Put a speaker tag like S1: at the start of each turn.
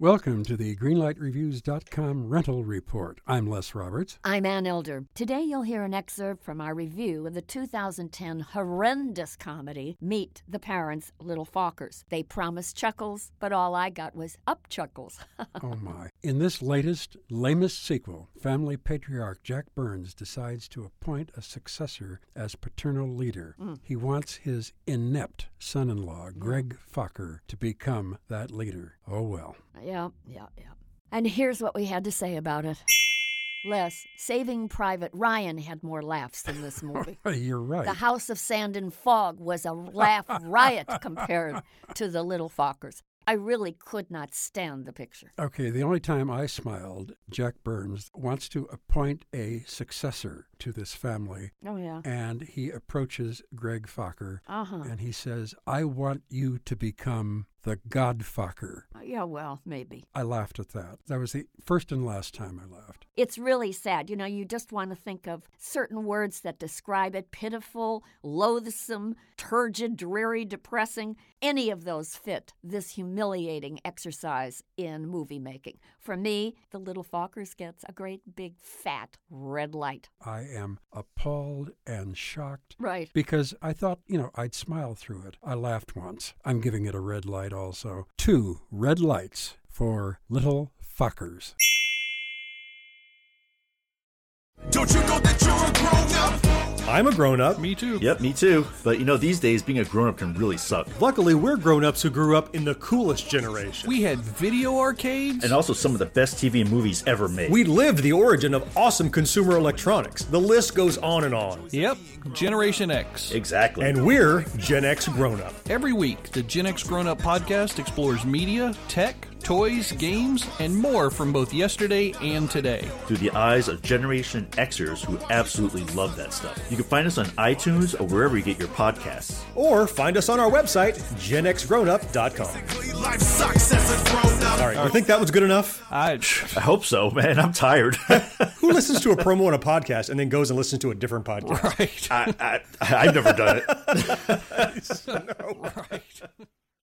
S1: Welcome to the GreenlightReviews.com rental report. I'm Les Roberts.
S2: I'm Ann Elder. Today you'll hear an excerpt from our review of the 2010 horrendous comedy, Meet the Parents, Little Fockers. They promised chuckles, but all I got was up chuckles.
S1: oh my. In this latest, lamest sequel, family patriarch Jack Burns decides to appoint a successor as paternal leader.
S2: Mm.
S1: He wants his inept son in law, Greg Fokker, to become that leader. Oh well.
S2: yeah, yeah, yeah. And here's what we had to say about it. Les, Saving Private Ryan had more laughs than this movie.
S1: You're right.
S2: The House of Sand and Fog was a laugh riot compared to The Little Fockers. I really could not stand the picture.
S1: Okay, the only time I smiled, Jack Burns wants to appoint a successor to this family,
S2: Oh, yeah.
S1: and he approaches Greg Fokker
S2: Uh huh.
S1: and he says, I want you to become the Godfokker.
S2: Uh, Yeah, well, maybe.
S1: I laughed at that. That was the first and last time I laughed.
S2: It's really sad. You know, you just want to think of certain words that describe it pitiful, loathsome, turgid, dreary, depressing. Any of those fit this humiliating exercise in movie making. For me, the little Fockers gets a great big fat red light.
S1: I am appalled and shocked
S2: Right.
S1: because I thought, you know, I'd smile through it. I laughed once. I'm giving it a red light also. Two red lights for little fuckers.
S3: Don't you know that you're a grown up?
S4: I'm a grown up.
S5: Me too.
S6: Yep, me too. But you know, these days being a grown up can really suck.
S4: Luckily, we're grown ups who grew up in the coolest generation.
S5: We had video arcades.
S6: And also some of the best TV and movies ever made.
S4: We lived the origin of awesome consumer electronics. The list goes on and on.
S5: yep. Generation X.
S6: exactly.
S4: And we're Gen X grown up.
S5: Every week, the Gen X Grown Up podcast explores media, tech, toys, games, and more from both yesterday and today.
S6: through the eyes of Generation Xers who absolutely love that stuff. You can find us on iTunes or wherever you get your podcasts.
S4: Or find us on our website, genxgrownup.com.
S3: Life sucks as a grown up.
S4: All right, I think that was good enough.
S5: I
S6: I hope so, man. I'm tired.
S4: Who listens to a promo on a podcast and then goes and listens to a different podcast?
S5: right.
S6: I, I, I've never done it.
S5: right.